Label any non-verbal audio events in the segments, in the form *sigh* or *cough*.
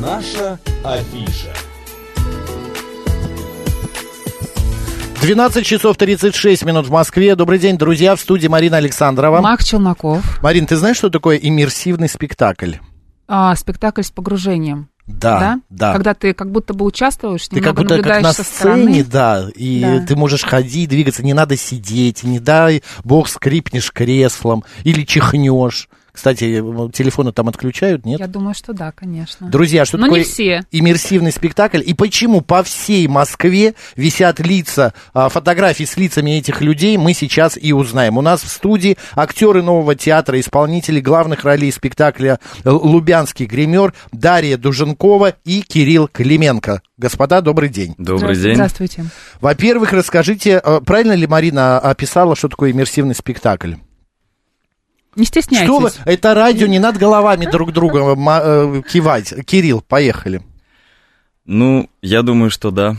Наша афиша. 12 часов 36 минут в Москве. Добрый день, друзья. В студии Марина Александрова. Мак Челноков. Марин, ты знаешь, что такое иммерсивный спектакль? А, спектакль с погружением. Да, А, да. Когда ты как будто бы участвуешь, ты как немного будто как наблюдаешь на со сцене, стороны. да, и Да. ты можешь ходить, двигаться, не надо сидеть, не дай бог скрипнешь креслом или чихнешь. Кстати, м, телефоны там отключают, нет? Я думаю, что да, конечно. Друзья, что Но такое не все. иммерсивный спектакль? И почему по всей Москве висят лица, а, фотографии с лицами этих людей, мы сейчас и узнаем. У нас в студии актеры нового театра, исполнители главных ролей спектакля «Л- «Лубянский гример» Дарья Дуженкова и Кирилл Клименко. Господа, добрый день. Добрый Здра- день. Здравствуйте. Во-первых, расскажите, а, правильно ли Марина описала, что такое иммерсивный спектакль? Не стесняйтесь. Что вы? Это радио, не над головами друг друга ма- э, кивать. Кирилл, поехали. Ну, я думаю, *laughs* что да.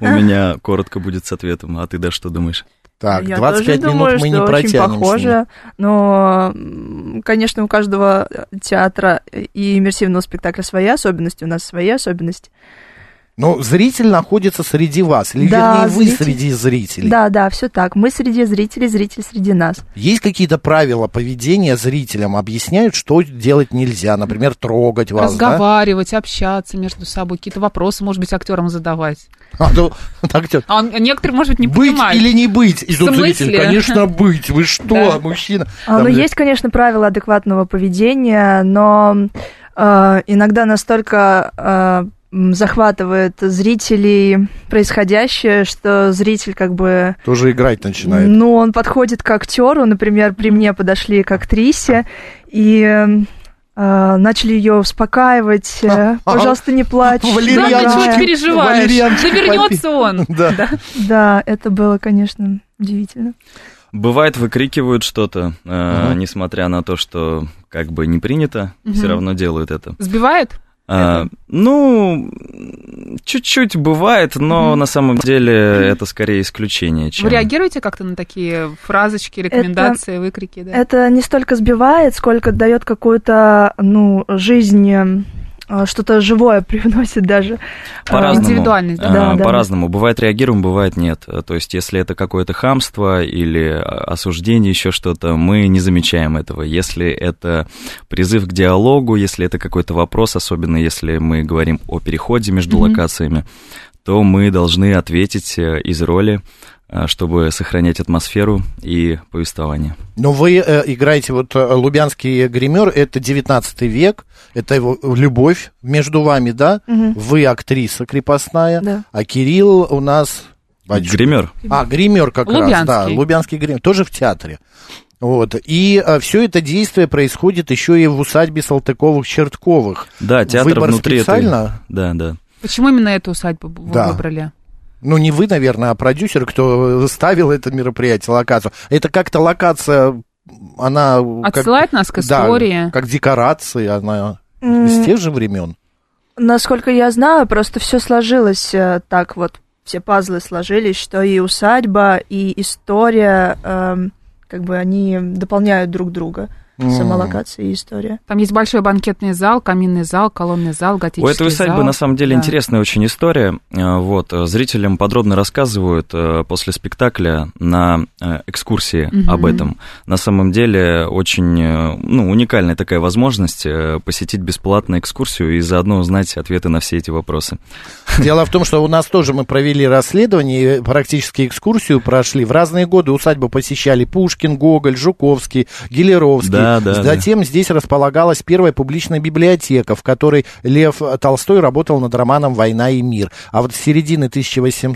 У меня коротко будет с ответом, а ты, да, что думаешь? Так, Я 25 тоже минут думаю, мы что не протянем. Очень с ним. похоже, но, м, конечно, у каждого театра и иммерсивного спектакля свои особенности, у нас свои особенности. Но зритель находится среди вас, или Да, вернее, вы зритель. среди зрителей. Да, да, все так. Мы среди зрителей, зритель среди нас. Есть какие-то правила поведения зрителям? Объясняют, что делать нельзя, например, трогать вас, да? Разговаривать, общаться между собой, какие-то вопросы, может быть, актерам задавать. А то- так всё. А он- а некоторые, может быть, не быть понимают. или не быть? И В тут смысле? зритель, конечно, быть. Вы что, Да. мужчина? А, Там ну, же- есть, конечно, правила адекватного поведения, но э, иногда настолько э, м, захватывает зрителей происходящее, что зритель как бы Тоже играть начинает. Ну, он подходит к актеру, например, при мне подошли к актрисе и э, начали ее успокаивать. э, Пожалуйста, не плачь. Валерьяночки. Да, ты дорогая». чего переживаешь? Валерьяночки Да вернется он. Да. Да, это было, конечно, удивительно. Бывает, выкрикивают что-то, э, Мгм. несмотря на то, что как бы не принято, Мгм. все равно делают это. Сбивает? А, ну, м, чуть-чуть бывает, но Мгм. на самом деле это скорее исключение, чем... Вы реагируете как-то на такие фразочки, рекомендации, выкрики? Да? Это не столько сбивает, сколько дает какую-то, ну, жизнь, э, что-то живое *laughs* привносит даже. Э, А, По-разному. Индивидуальность, да? А, Да, да. По-разному. Бывает реагируем, бывает нет. А, То есть, если это какое-то хамство или а, осуждение, еще что-то, мы не замечаем этого. Если это призыв к диалогу, если это какой-то вопрос, особенно если мы говорим о переходе между Мгм. локациями, то мы должны ответить э, из роли, а, чтобы сохранять атмосферу и повествование. Но вы э, играете, вот э, Лубянский гример, это 19 век, это его любовь между вами, да? Мгм. Вы актриса крепостная, Да. а Кирилл у нас... батюшка. Гример. А, гример как раз, да, Лубянский. Лубянский гример, тоже в театре. Вот. И все это действие происходит еще и в усадьбе Салтыковых-Чертковых. Да, А театр Выбор внутри этой- специально? Да, да. Почему именно эту усадьбу вы Да. выбрали? Ну, не вы, наверное, а продюсер, кто ставил это мероприятие, локацию. Это как-то локация, она... Ну, как- Отсылает нас к да, истории. как декорации, она М, из тех же времен. Насколько я знаю, просто все сложилось э, так вот, все пазлы сложились, что и усадьба, и история, эм, как бы они дополняют друг друга. Сама локация и история. Там есть большой банкетный зал, каминный зал, колонный зал, готический У этой усадьбы зал. на самом деле Да. интересная очень история. Э, Вот, э, зрителям подробно рассказывают э, после спектакля на э, экскурсии Мгм. об этом. На самом деле очень э, ну, уникальная такая возможность э, посетить бесплатно экскурсию и заодно узнать ответы на все эти вопросы. Дело в том, что у нас тоже мы провели расследование, и практически экскурсию прошли. В разные годы усадьбу посещали Пушкин, Гоголь, Жуковский, Гелеровский. Да, да, Затем здесь располагалась первая публичная библиотека, в которой Лев Толстой работал над романом «Война и мир». А вот с середины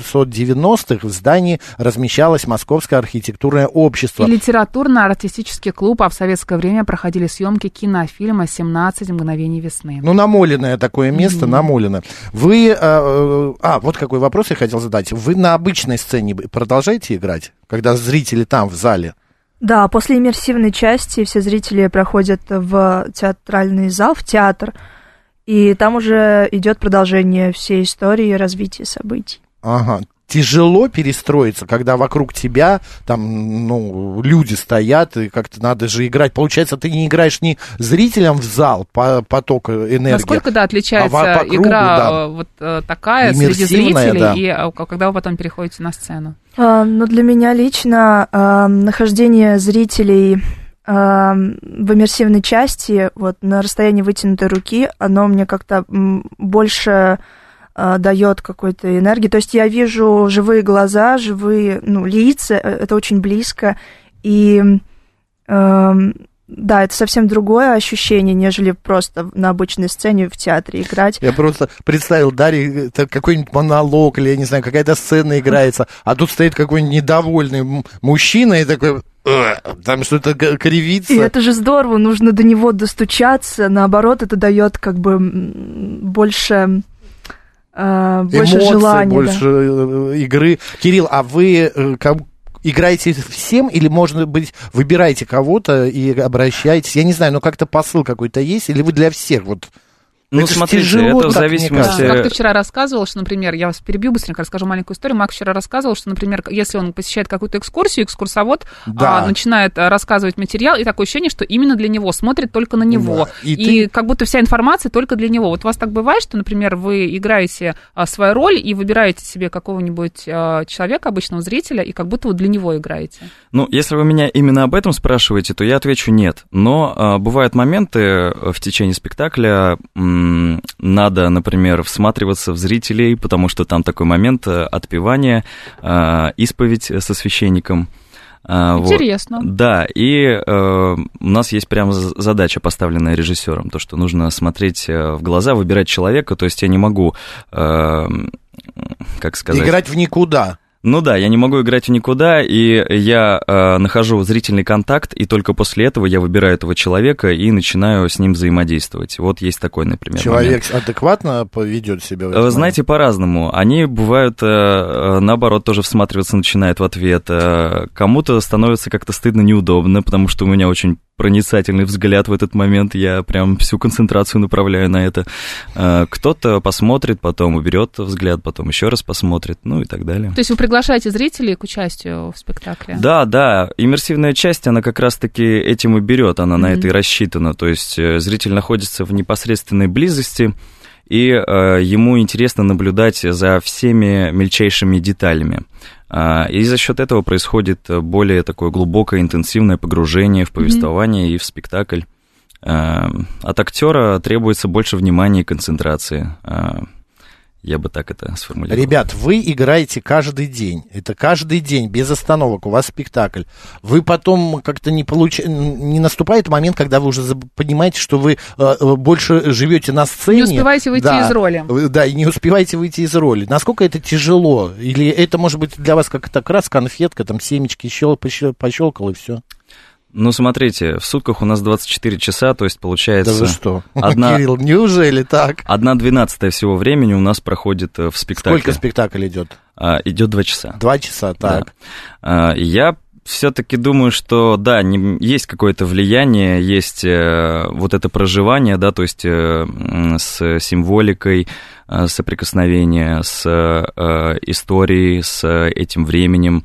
1890-х в здании размещалось Московское архитектурное общество. И литературно-артистический клуб, а в советское время проходили съемки кинофильма «17 мгновений весны». Ну, намоленное такое место, Мгм. намоленное. Вы... э, э, А, вот какой вопрос я хотел задать. Вы на обычной сцене б- продолжаете играть, когда зрители там, в зале? Да, после иммерсивной части все зрители проходят в театральный зал, в театр, и там уже идет продолжение всей истории и развития событий. Ага. тяжело перестроиться, когда вокруг тебя там, ну, люди стоят, и как-то надо же играть. Получается, ты не играешь не зрителям в зал по поток энергии. Насколько, да, отличается А во- по кругу, игра да. э, вот э, такая среди Иммерсивная, зрителей, да. и э, к- когда вы потом переходите на сцену? А, Ну, для меня лично а, нахождение зрителей а, в иммерсивной части, вот на расстоянии вытянутой руки, оно мне как-то м, больше а, дает какой-то энергии. То есть я вижу живые глаза, живые ну, лица, э, это очень близко. И эм, да, это совсем другое ощущение, нежели просто на обычной сцене в театре играть. Я просто представил, Дарья, это какой-нибудь монолог, или, я не знаю, какая-то сцена играется, а тут стоит какой-нибудь недовольный м- мужчина и такой, «Э, там что-то г- кривится. И это же здорово, нужно до него достучаться. Наоборот, это дает как бы м, больше, э, больше Эмоций, желания. да. больше э, игры. Кирилл, а вы э, как- играете всем или, может быть, выбираете кого-то и обращаетесь? Я не знаю, но как-то посыл какой-то есть? Или вы для всех? Вот Ну, Это ж смотрите, тяжело это так, мне в Да, кажется. зависимости... Как ты вчера рассказывал, что, например, я вас перебью быстренько, расскажу маленькую историю. Макс вчера рассказывал, что, например, если он посещает какую-то экскурсию, экскурсовод Да. а, начинает а, рассказывать материал, и такое ощущение, что именно для него, смотрит только на него. Да, и И, ты- как будто вся информация только для него. Вот у вас так бывает, что, например, вы играете а, свою роль и выбираете себе какого-нибудь а, человека, обычного зрителя, и как будто вот для него играете. Ну, если вы меня именно об этом спрашиваете, то я отвечу нет. Но а, бывают моменты э, в течение спектакля, м, надо, например, всматриваться в зрителей, потому что там такой момент э, отпевания, а, исповедь со священником. А, вот. Интересно. Да, и э, у нас есть прям з- задача, поставленная режиссером, то, что нужно смотреть э, в глаза, выбирать человека, то есть я не могу, э, м, как сказать... играть в никуда. Ну да, я не могу играть в никуда, и я э, нахожу зрительный контакт, и только после этого я выбираю этого человека и начинаю с ним взаимодействовать. Вот есть такой, например. момент. Человек адекватно поведет себя. в этот Э, момент? Знаете, по-разному. Они бывают, э, э, наоборот, тоже всматриваться начинают в ответ. Э, Кому-то становится как-то стыдно, неудобно, потому что у меня очень проницательный взгляд в этот момент. Я прям всю концентрацию направляю на это. Э, Кто-то посмотрит, потом уберет взгляд, потом еще раз посмотрит, ну и так далее. То есть вы приглашаете зрителей к участию в спектакле? Да, да. Иммерсивная часть, она как раз-таки этим и берет, она на Мгм. это и рассчитана. То есть э, зритель находится в непосредственной близости, и э, ему интересно наблюдать за всеми мельчайшими деталями. А, и за счет этого происходит э, более такое глубокое, интенсивное погружение в повествование и в спектакль. А, от актера требуется больше внимания и концентрации. А, я бы так это сформулировал. Ребят, вы играете каждый день. Это каждый день, без остановок. У вас спектакль. Вы потом как-то не получ... Не наступает момент, когда вы уже заб- понимаете, что вы э, э, больше живете на сцене. Не успеваете выйти Да. из роли. Вы- Да, и не успеваете выйти из роли. Насколько это тяжело? Или это, может быть, для вас как-то как раз конфетка, там семечки щел- пощел- пощелкал и все? Ну, смотрите, в сутках у нас 24 часа, то есть Да получается... вы что? *laughs* одна- Кирилл, неужели так? Одна двенадцатая всего времени у нас проходит э, в спектакле. Сколько спектакль идет? А, идет два часа. Два часа, так. Да. А, я все-таки думаю, что да, не- есть какое-то влияние, есть э, вот это проживание, да, то есть э, м, с символикой э, соприкосновения, с э, историей, с этим временем.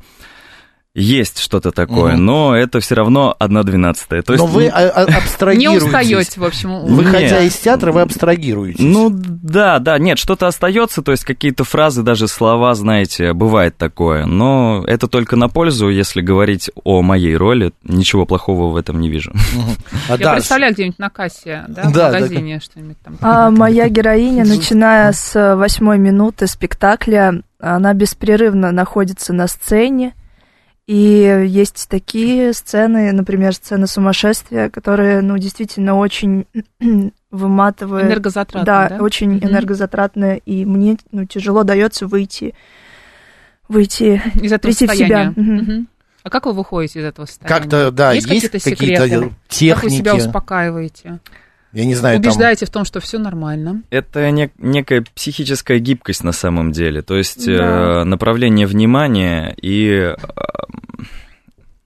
Есть что-то такое, Мгм. но это все равно одна двенадцатая. То Но есть вы не- а- а- Не абстрагируетесь. устаете, в общем. у- Нет. Выходя из театра, вы абстрагируетесь. Ну да, да, нет, что-то остается, то есть какие-то фразы, даже слова, знаете, бывает такое, но это только на пользу, если говорить о моей роли, ничего плохого в этом не вижу. *laughs* А, Я Даша, представляю где-нибудь на кассе, да, в Да, магазине что-нибудь там. А моя героиня, начиная с восьмой минуты спектакля, она беспрерывно находится на сцене. И есть такие сцены, например, сцены сумасшествия, которые, ну, действительно очень *clears throat* выматывают. Энергозатратно, да, да? очень Мгм. энергозатратно, и мне ну, тяжело дается выйти, выйти Из этого прийти в состояния. себя. Мгм. Мгм. А как вы выходите из этого состояния? Как-то, да, Есть есть, какие-то какие-то секреты? Как вы техники. себя успокаиваете? Я не знаю, там... Убеждаете в том, что все нормально. Это не- некая психическая гибкость на самом деле, то есть э, Да. направление внимания и э,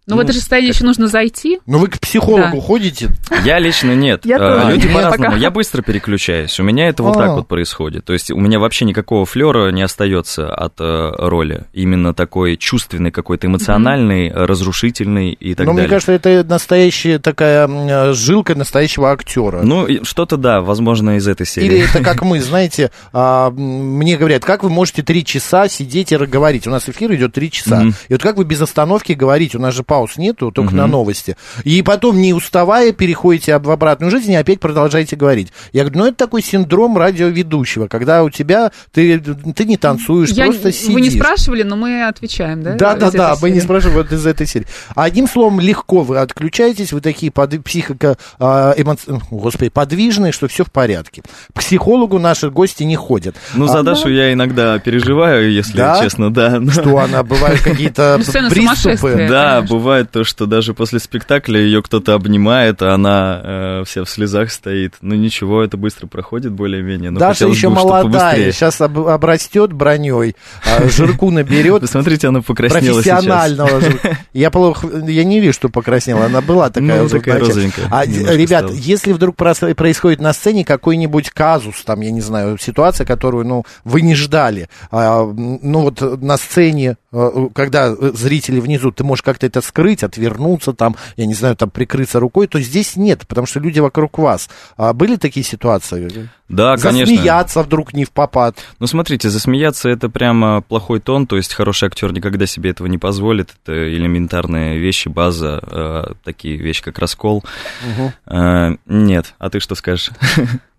Но Ну, в это же состояние еще нужно зайти. Ну вы к психологу Да. ходите? Я лично нет. Я Э, тоже. Люди Нет. по-разному. Пока. Я быстро переключаюсь. У меня это вот А. так вот происходит. То есть у меня вообще никакого флера не остается от э, роли. Именно такой чувственный, какой-то эмоциональный, э, разрушительный и так Ну, мне далее. кажется, это настоящая такая м, э, жилка настоящего актера. Ну, и что-то да, возможно, из этой серии. Или *laughs* это как мы, знаете, а, м, мне говорят, как вы можете три часа сидеть и р- говорить? У нас эфир идет три часа. Мгм. И вот как вы без остановки говорите? У нас же пауз нету, только Мгм. на новости. И потом, не уставая, переходите об- в обратную жизнь и опять продолжаете говорить. Я говорю, ну это такой синдром радиоведущего, когда у тебя, ты, ты не танцуешь, Я- просто сидишь. Вы не спрашивали, но мы отвечаем, да? Да, да, из да, этой мы не серии? спрашиваем вот из этой серии. Одним словом, легко вы отключаетесь, вы такие под... психоко... а, эмоци- м, Господи, подвижные, что все в порядке. К психологу наши гости не ходят. Ну, А, за Дашу я иногда переживаю, если Да? честно, да. Но- Что она, бывают какие-то Ну, сцена приступы. сумасшествия. Да, конечно. бывает то, что даже после спектакля ее кто-то обнимает, а она э, вся в слезах стоит. Ну ничего, это быстро проходит более-менее. но Даша Ну, хотелось еще бы, чтоб молодая, побыстрее. сейчас обрастет броней, а, жирку наберет, Посмотрите, она покраснела сейчас. профессионального. жир- Я плохо, я не вижу, что покраснела, она была такая Ну, уже такая вначале. розовенькая. А, немножко ребят, стала. если вдруг прос- происходит на сцене какой-нибудь казус, там, я не знаю, ситуация, которую, ну, вы не ждали, а, м, ну, вот э, на сцене, э, когда э, зрители внизу, ты можешь как-то это скрыть, отвернуться там, я не знаю, там, прикрыться рукой, то здесь нет, потому что люди вокруг вас. А были такие ситуации? да, конечно. Засмеяться вдруг не в попад. Ну, смотрите, засмеяться это прямо плохой тон, то есть хороший актер никогда себе этого не позволит. Это элементарные вещи, база, э, такие вещи, как раскол. Э, нет, а ты что скажешь?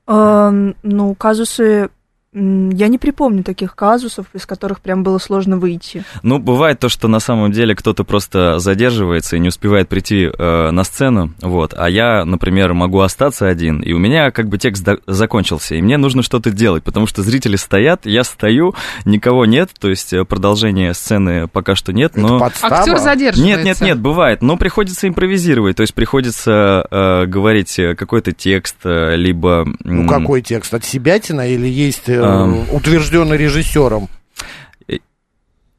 Эм, Ну, казусы... м, Я не припомню таких казусов, из которых прям было сложно выйти. Ну, бывает то, что на самом деле кто-то просто задерживается и не успевает прийти э, на сцену, вот, а я, например, могу остаться один, и у меня как бы текст до- закончился, и мне нужно что-то делать, потому что зрители стоят, я стою, никого нет, то есть э, продолжения сцены пока что нет, Это но... подстава? Актер задерживается. Нет, нет, нет, бывает. Но приходится импровизировать, то есть приходится э, говорить э, какой-то текст, э, либо... м, Ну, какой текст? От себятина или есть э, Эм. утвержденный режиссером?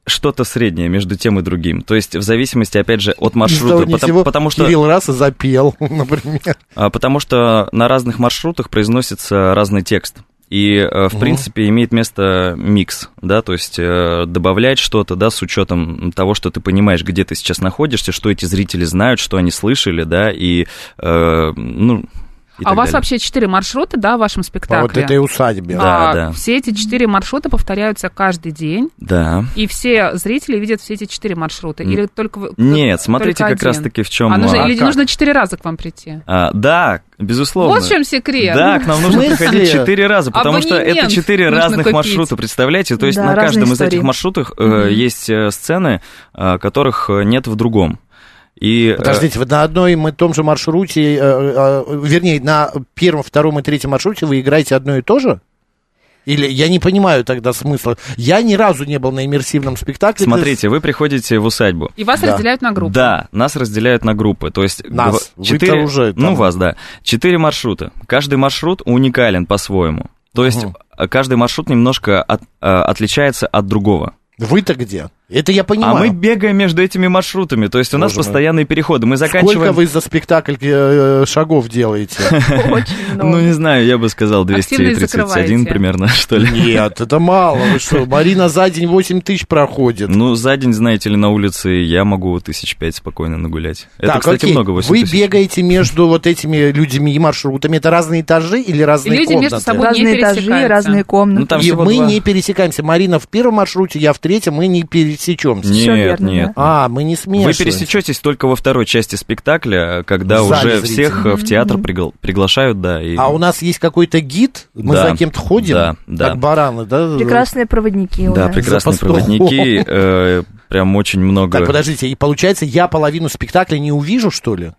Что-то среднее между тем и другим. То есть в зависимости, опять же, от маршрута. того ни Потом- сего потому что... Кирилл раз и запел, *laughs* например. А, Потому что на разных маршрутах произносится разный текст. И, э, в Мгм. принципе, имеет место микс, да, то есть э, добавлять что-то, да, с учетом того, что ты понимаешь, где ты сейчас находишься, что эти зрители знают, что они слышали, да, и, э, ну, и А у так вас далее. вообще четыре маршрута, да, в вашем По спектакле? вот этой усадьбе. Да, А, да. Все эти четыре маршрута повторяются каждый день, Да. и все зрители видят все эти четыре маршрута. М. Или только вы- Нет, смотрите, только как один. раз-таки в чем... А а нужно, или как? нужно четыре раза к вам прийти. да, безусловно. Вот в чем секрет. Да, к нам нужно смысле? приходить четыре раза, потому что это Абонемент четыре нужно разных купить. маршрута, представляете? То есть Да, на разные каждом из истории. этих маршрутах э, Мгм. есть э, сцены, э, которых э, нет в другом. И, э, Подождите, вы на одной и том же маршруте, э, э, вернее, на первом, втором и третьем маршруте вы играете одно и то же? Или я не понимаю тогда смысла. Я ни разу не был на иммерсивном спектакле. смотрите, вы приходите в усадьбу. И вас Да. разделяют на группы. Да, нас разделяют на группы, то есть Нас. гва- Вы-то четыре, уже там. ну вас, да, четыре маршрута. Каждый маршрут уникален по-своему, то есть Мгм. э, каждый маршрут немножко от- э, отличается от другого. Вы-то где? Это я А мы понимаю. бегаем между этими маршрутами, то есть у нас Боже мой. постоянные переходы. Мы Сколько заканчиваем вы за спектакль э, шагов *laughs* делаете? Очень много. Ну, не знаю, я бы сказал Активно их 231 закрываете. примерно, *laughs* что ли. Нет, это мало. Вы что, Марина за день 8 тысяч проходит. Ну, за день, знаете ли, на улице я могу тысяч пять спокойно нагулять. Это, Так, кстати, окей. много, 8 Вы тысяч. бегаете между вот этими людьми и маршрутами. Это разные этажи или разные люди комнаты? между собой не Разные этажи, пересекаются. разные Ну, комнаты. там и всего мы два. не пересекаемся. Марина в первом маршруте, я в третьем, мы не пересечемся. Всё Нет, верно, нет. А, мы не смеемся. Вы пересечетесь только во второй части спектакля, когда В зале уже зрителей. всех э, в театр Мгм. пригла- приглашают, да. И... А у нас есть какой-то гид, мы Да, за кем-то ходим, да, да. как бараны, да? Прекрасные проводники у Да, нас. прекрасные Запасного. *laughs* проводники, э, прям очень много. Так, подождите, и получается, я половину спектакля не увижу, что ли?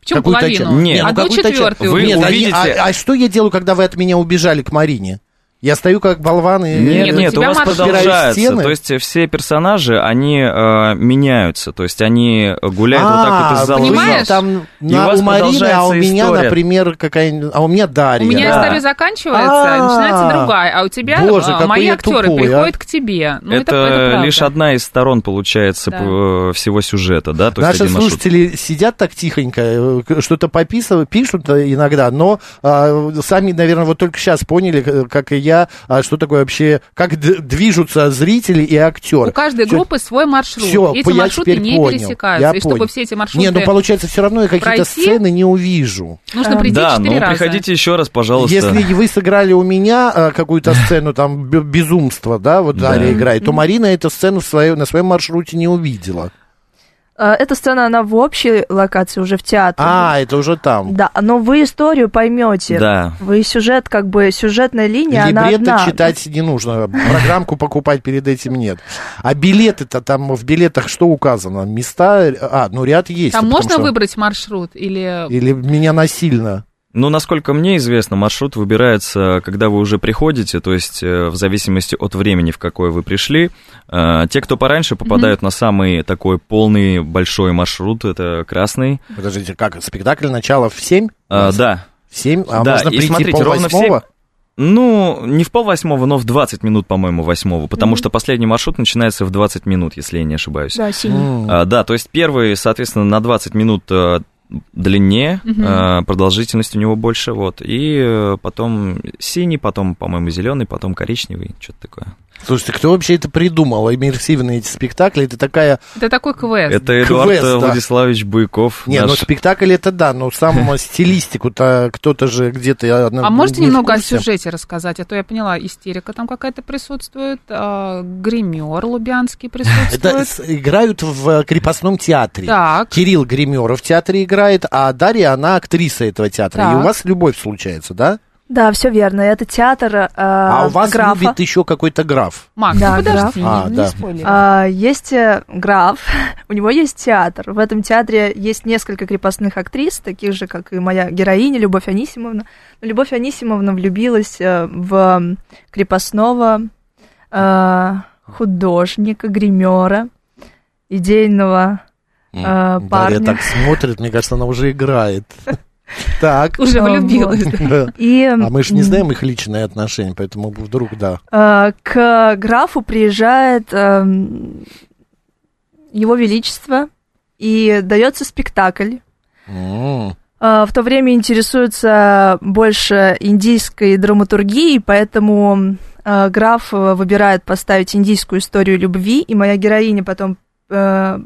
Почему Какую-то половину? часть? Не, ну, Одну какую-то часть. четвертую. Вы Нет, а- увидите- а, а что я делаю, когда вы от меня убежали к Марине? Я стою как болван и... Нет, Нет, нет, у у тебя вас матушка. продолжается. Стены? То есть э, все персонажи, они э, меняются. То есть они гуляют вот так А, вот из зала в зал. понимаешь? Там И у на, вас у Марины, а у продолжается меня, история. например, какая-нибудь... А у меня Дарья. У меня Да. история заканчивается, А-а-а. начинается другая, а у тебя Боже, а, какой мои я актеры тупой, а. приходят к тебе. Ну, это, это правда. лишь одна из сторон, получается, Да. п- э, всего сюжета, да? То есть Наши один маршрут. слушатели сидят так тихонько, э, к- что-то пописывают, пишут э, иногда, но а, сами, наверное, вот только сейчас поняли, э, как и я, а, что такое вообще, как д- движутся зрители и актеры. У каждой Всё. группы свой маршрут. Всё, эти по- я маршруты теперь не понял. пересекаются. Я и понял. чтобы все эти маршруты Не, ну получается, все равно я какие-то пройти? сцены не увижу. нужно прийти Да, четыре ну раза. приходите еще раз, пожалуйста. Если вы сыграли у меня э, какую-то сцену, там, б- безумство, да, вот Да. Дарья играет, то Марина эту сцену в своё- на своем маршруте не увидела. Э, Эта сцена, она в общей локации, уже в театре. А, это уже там. Да, но вы историю поймете. Да. Вы сюжет, как бы, сюжетная линия, она Либретто одна. читать не нужно, программку покупать перед этим нет. А билеты-то там в билетах что указано? Места, а, ну ряд есть. Там потому можно что- выбрать маршрут или... Или меня насильно. Ну, насколько мне известно, маршрут выбирается, когда вы уже приходите, то есть э, в зависимости от времени, в какое вы пришли. Э, Те, кто пораньше, попадают на самый такой полный большой маршрут, это красный. Подождите, как, спектакль начало в 7? А, Да, В 7? А Да, можно и прийти смотрите, ровно в семь- полвосьмого? Ну, не в полвосьмого, но в 20 минут, по-моему, восьмого, потому что последний маршрут начинается в 20 минут, если я не ошибаюсь. Да, синий. М. А, да, то есть первый, соответственно, на 20 минут э, длиннее, Мгм. э, продолжительность у него больше, вот. И э, потом синий, потом, по-моему, зеленый, потом коричневый, что-то такое. Слушайте, кто вообще это придумал? Иммерсивные эти спектакли, это такая... Это такой квест. Это Эдуард квест, да. э, Владиславович Быков. Не, ну наш- спектакль это да, но сам *laughs* стилистику-то кто-то же где-то... э, А ну, можете немного о сюжете? сюжете рассказать? А то я поняла, истерика там какая-то присутствует, а, гример лубянский Это присутствует. с- играют в э, крепостном театре. Так, Кирилл Гримеров в театре играет, а Дарья, она актриса этого театра. И Так. у вас любовь случается, да? Да, все верно. Это театр э, А у вас графа. любит еще какой-то граф. Макс, Да, ну подожди, граф. А, не, не да. спойлери. А, есть э, граф, *laughs* у него есть театр. В этом театре есть несколько крепостных актрис, таких же, как и моя героиня Любовь Анисимовна. Но Любовь Анисимовна влюбилась э, в крепостного э, художника, гримера, идейного. А, Дарья парня. так смотрит, мне кажется, она уже играет. Так. Уже А, влюбилась. Да. И, А мы же не знаем их личные отношения, поэтому вдруг да. Э, к графу приезжает эм, его величество и дается спектакль. М. Э, В то время интересуется больше индийской драматургией, поэтому э, граф э, выбирает поставить индийскую историю любви, и моя героиня потом э,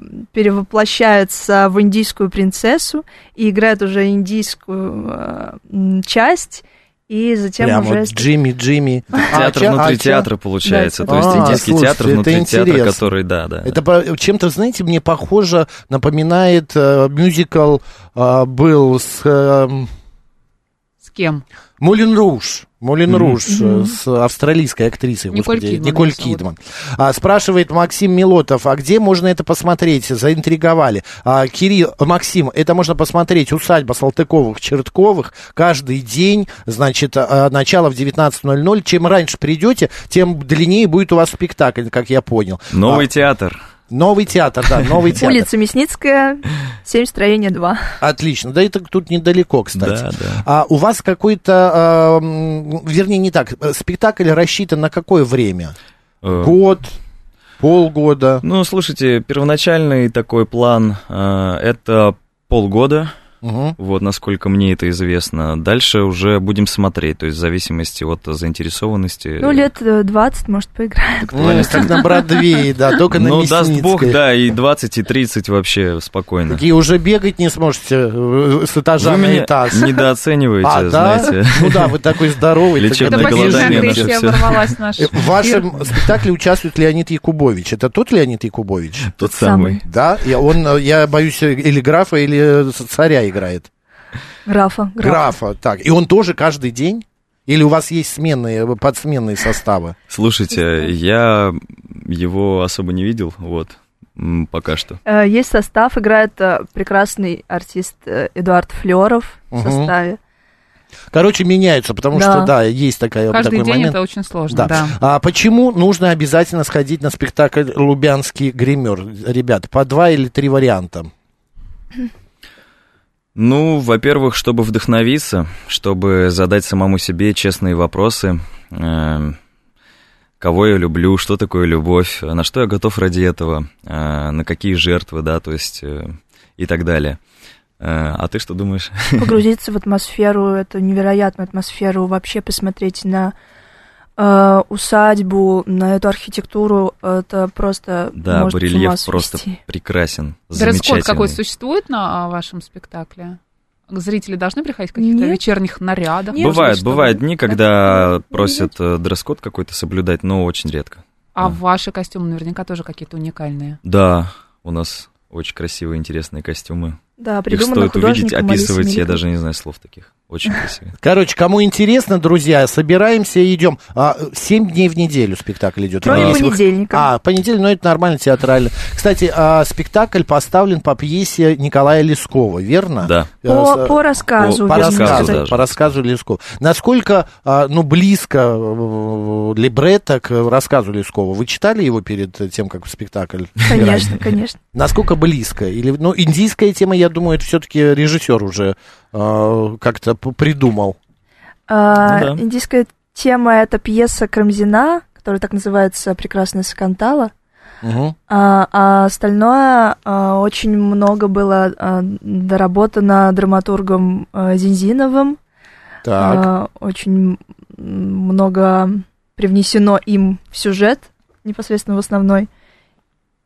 перевоплощается в индийскую принцессу и играет уже индийскую э, м, часть, и затем Прям уже... вот Джимми, Джимми. А Театр чё- а внутри чё- театра получается, Да, то есть А, индийский слушайте, театр это внутри театра, интересно. который, да, да. Это по- чем-то, знаете, мне похоже, напоминает э, мюзикл э, был с эм, С кем? Молин Руш. Молин Мгм. Руж э, Мгм. с австралийской актрисой, Николь господи, Кидман Николь её зовут. Кидман. А, спрашивает Максим Милотов, а где можно это посмотреть? Заинтриговали. А, Кирилл, Максим, это можно посмотреть усадьба Салтыковых, Чертковых каждый день, значит, а, начало в 19.00. Чем раньше придете, тем длиннее будет у вас спектакль, как я понял. Новый А, театр. новый театр, да, новый театр. Улица Мясницкая, 7, строение 2. Отлично. Да это тут недалеко, кстати. Да, да. А у вас какой-то, э, м, вернее, не так, э, спектакль рассчитан на какое время? Э, Год, полгода. Ну, слушайте, первоначальный такой план э, это полгода. Мгм. Вот, насколько мне это известно. Дальше уже будем смотреть, то есть в зависимости от заинтересованности. Ну, лет э, 20, может, поиграем. М, Как Ну, на Бродвее, да, только на Ну, даст бог, Мясницкой. да, и 20, и 30 вообще спокойно. Ну, Такие уже бегать не сможете э, с этажа Вы на меня этаж. *laughs* недооцениваете, А, да? *laughs* знаете. Ну да, вы такой здоровый. Лечебное такой Это пассивная голодание, бежит. наше агрессия всё. ворвалась в наш Э, В эфир. вашем спектакле участвует Леонид Якубович. Это тот Леонид Якубович? Тот самый. Да, я, он, э, я боюсь, э, или графа, или э, царя играет. Графа. графа. Графа, так. И он тоже каждый день? Или у вас есть сменные, э, подсменные составы? Слушайте, я его особо не видел, вот, м, пока что. Э, Есть состав, играет э, прекрасный артист э, Эдуард Флеров в Мгм. *laughs* составе. Короче, меняются, потому Да. что, да, есть такая, Каждый такой день момент. это очень сложно, да. А почему нужно обязательно сходить на спектакль «Лубянский гример», ребят? По два или три варианта. Ну, во-первых, чтобы вдохновиться, чтобы задать самому себе честные вопросы. э, Кого я люблю, что такое любовь, на что я готов ради этого, э, на какие жертвы, да, то есть э, и так далее. Э, А ты что думаешь? *laughs* погрузиться в атмосферу, эту невероятную атмосферу, вообще посмотреть на э, усадьбу, на эту архитектуру, это просто Да, может с ума барельеф просто свести. прекрасен, Дресс-код какой замечательный. существует на а, вашем спектакле? Зрители должны приходить в каких-то Нет. вечерних нарядах? может Нет. быть, Бывают, чтобы- бывают дни, когда просят э, дресс-код какой-то соблюдать, но очень редко. А А. ваши костюмы наверняка тоже какие-то уникальные. Да, у нас очень красивые, интересные костюмы. Да, Их придумано стоит увидеть, художником Алисой описывать, я Меликовой. даже не знаю слов таких. *laughs* Очень красиво. Короче, кому интересно, друзья, собираемся и идем. А, семь дней в неделю спектакль идет. Кроме Если вы- понедельника. А, понедельник, ну это нормально театрально. Кстати, а, спектакль поставлен по пьесе Николая Лескова, верно? Да. Э, по, с- по рассказу, по вернее рассказу, сказать. по рассказу Лескова. Насколько, а, ну, близко э, либретто к рассказу Лескова? Вы читали его перед тем, как в спектакль? играть? *laughs* Конечно, конечно. Насколько близко? Или, ну, индийская тема, я думаю, это все-таки режиссер уже э, как-то п- придумал. А, Ну да. Индийская тема это пьеса Крамзина, которая так называется Прекрасная Сакантала. Мгм. А, а остальное а, очень много было а, доработано драматургом а, Зинзиновым. Так. А, очень м, много привнесено им в сюжет, непосредственно в основной.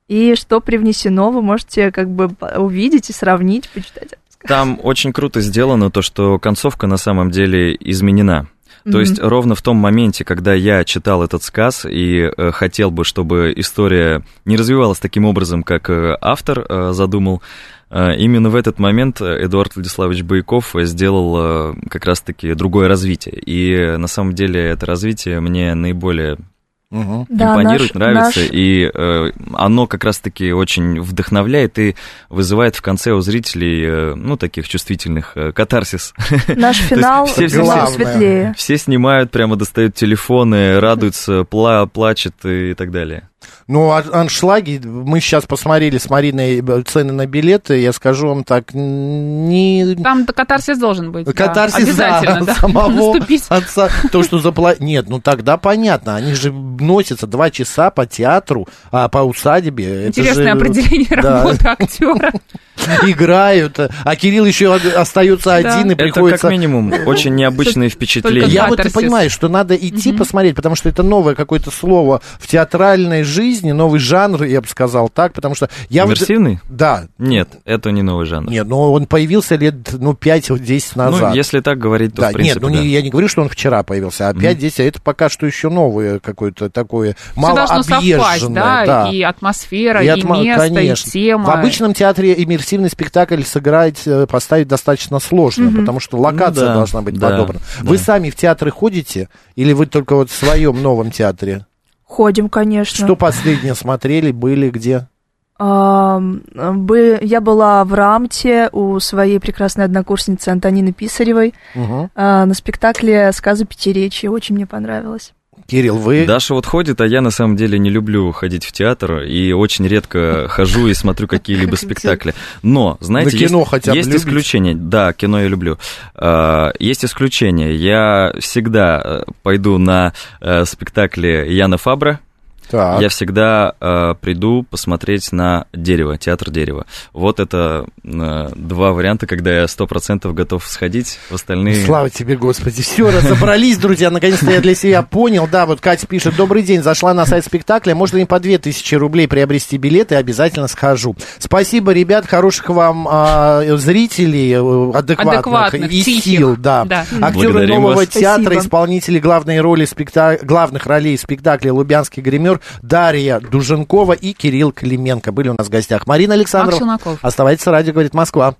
И что привнесено, вы можете как бы по- увидеть и сравнить, почитать. Там очень круто сделано то, что концовка на самом деле изменена. То Мгм. есть э, ровно в том моменте, когда я читал этот сказ и э, хотел бы, чтобы история не развивалась таким образом, как э, автор э, задумал, э, именно в этот момент э, Эдуард Владиславович Бояков э, сделал э, как раз-таки другое развитие. И э, на самом деле это развитие мне наиболее Мгм. Да, импонирует, *laughs* наш- нравится, наш- и э, оно как раз-таки очень вдохновляет и вызывает в конце у зрителей, э, ну, таких чувствительных, э, катарсис. Наш финал все- все- намного все- светлее. *laughs* Все снимают, прямо достают *laughs* телефоны, радуются, пла плачут и так далее. Ну, а- аншлаги, мы сейчас посмотрели с Мариной э, цены на билеты, я скажу вам так, н- не... Там катарсис должен быть. да. Катарсис за *laughs* Обязательно, да. *laughs* самого Наступить. отца. То, что заплатили... Нет, ну тогда понятно. Они же носятся два часа по театру, а по усадьбе. Это Интересное же, э, определение да. *laughs* работы актера. Играют. А Кирилл еще остается один и Это приходится... как *laughs* минимум очень необычные впечатления. Я вот и катарсис. понимаю, что надо идти Мгм. посмотреть, потому что это новое какое-то слово в театральной жизни, новый жанр, я бы сказал так, потому что я вот- Иммерсивный? Да. Нет, это не новый жанр. Нет, но он появился лет, ну, 5-10 назад. Ну, если так говорить, то да, в принципе, нет, ну да. не, я не говорю, что он вчера появился, а Мгм. 5-10, это пока что еще новое какое-то такое, Все мало должно совпасть, да, да. и атмосфера, И и, атмо- место, конечно. и тема. В обычном театре иммерсивный спектакль сыграть, э, поставить достаточно сложно, Мгм. потому что локация Ну да, должна быть да, подобрана. да. Вы сами в театры ходите или вы только вот в своем новом театре? Ходим, конечно. Что последнее смотрели, были, где? Ам, бы- Я была в Рамте у своей прекрасной однокурсницы Антонины Писаревой Мгм. а, на спектакле «Сказы пятиречия». Очень мне понравилось. Кирилл, вы... Даша вот ходит, а я на самом деле не люблю ходить в театр и очень *laughs* редко хожу и смотрю какие-либо спектакли. Но, на знаете, есть кино хотя бы есть любите? исключения. Да, кино я люблю. Э, Есть исключения. Я всегда э, пойду на э, спектакли Яна Фабра. Так. Я всегда э, приду посмотреть на дерево, театр дерева. Вот это э, два варианта, когда я сто процентов готов сходить. В остальные Слава тебе, Господи. Все, разобрались, друзья. Наконец-то я для себя понял. Да, вот Катя пишет. Добрый день. Зашла на сайт спектакля. Можно им по 2000 рублей приобрести билеты. Обязательно схожу. Спасибо, ребят. Хороших вам а, зрителей, э, адекватных, Адекватных, и тихих. сил. Да. Да. Актеры Благодарим нового вас. театра, Спасибо. исполнители главной роли спекта... главных ролей в спектакле «Лубянский гример» Дарья Дуженкова и Кирилл Клименко были у нас в гостях. Марина Макс Александрова. Челноков. Оставайтесь, радио говорит Москва.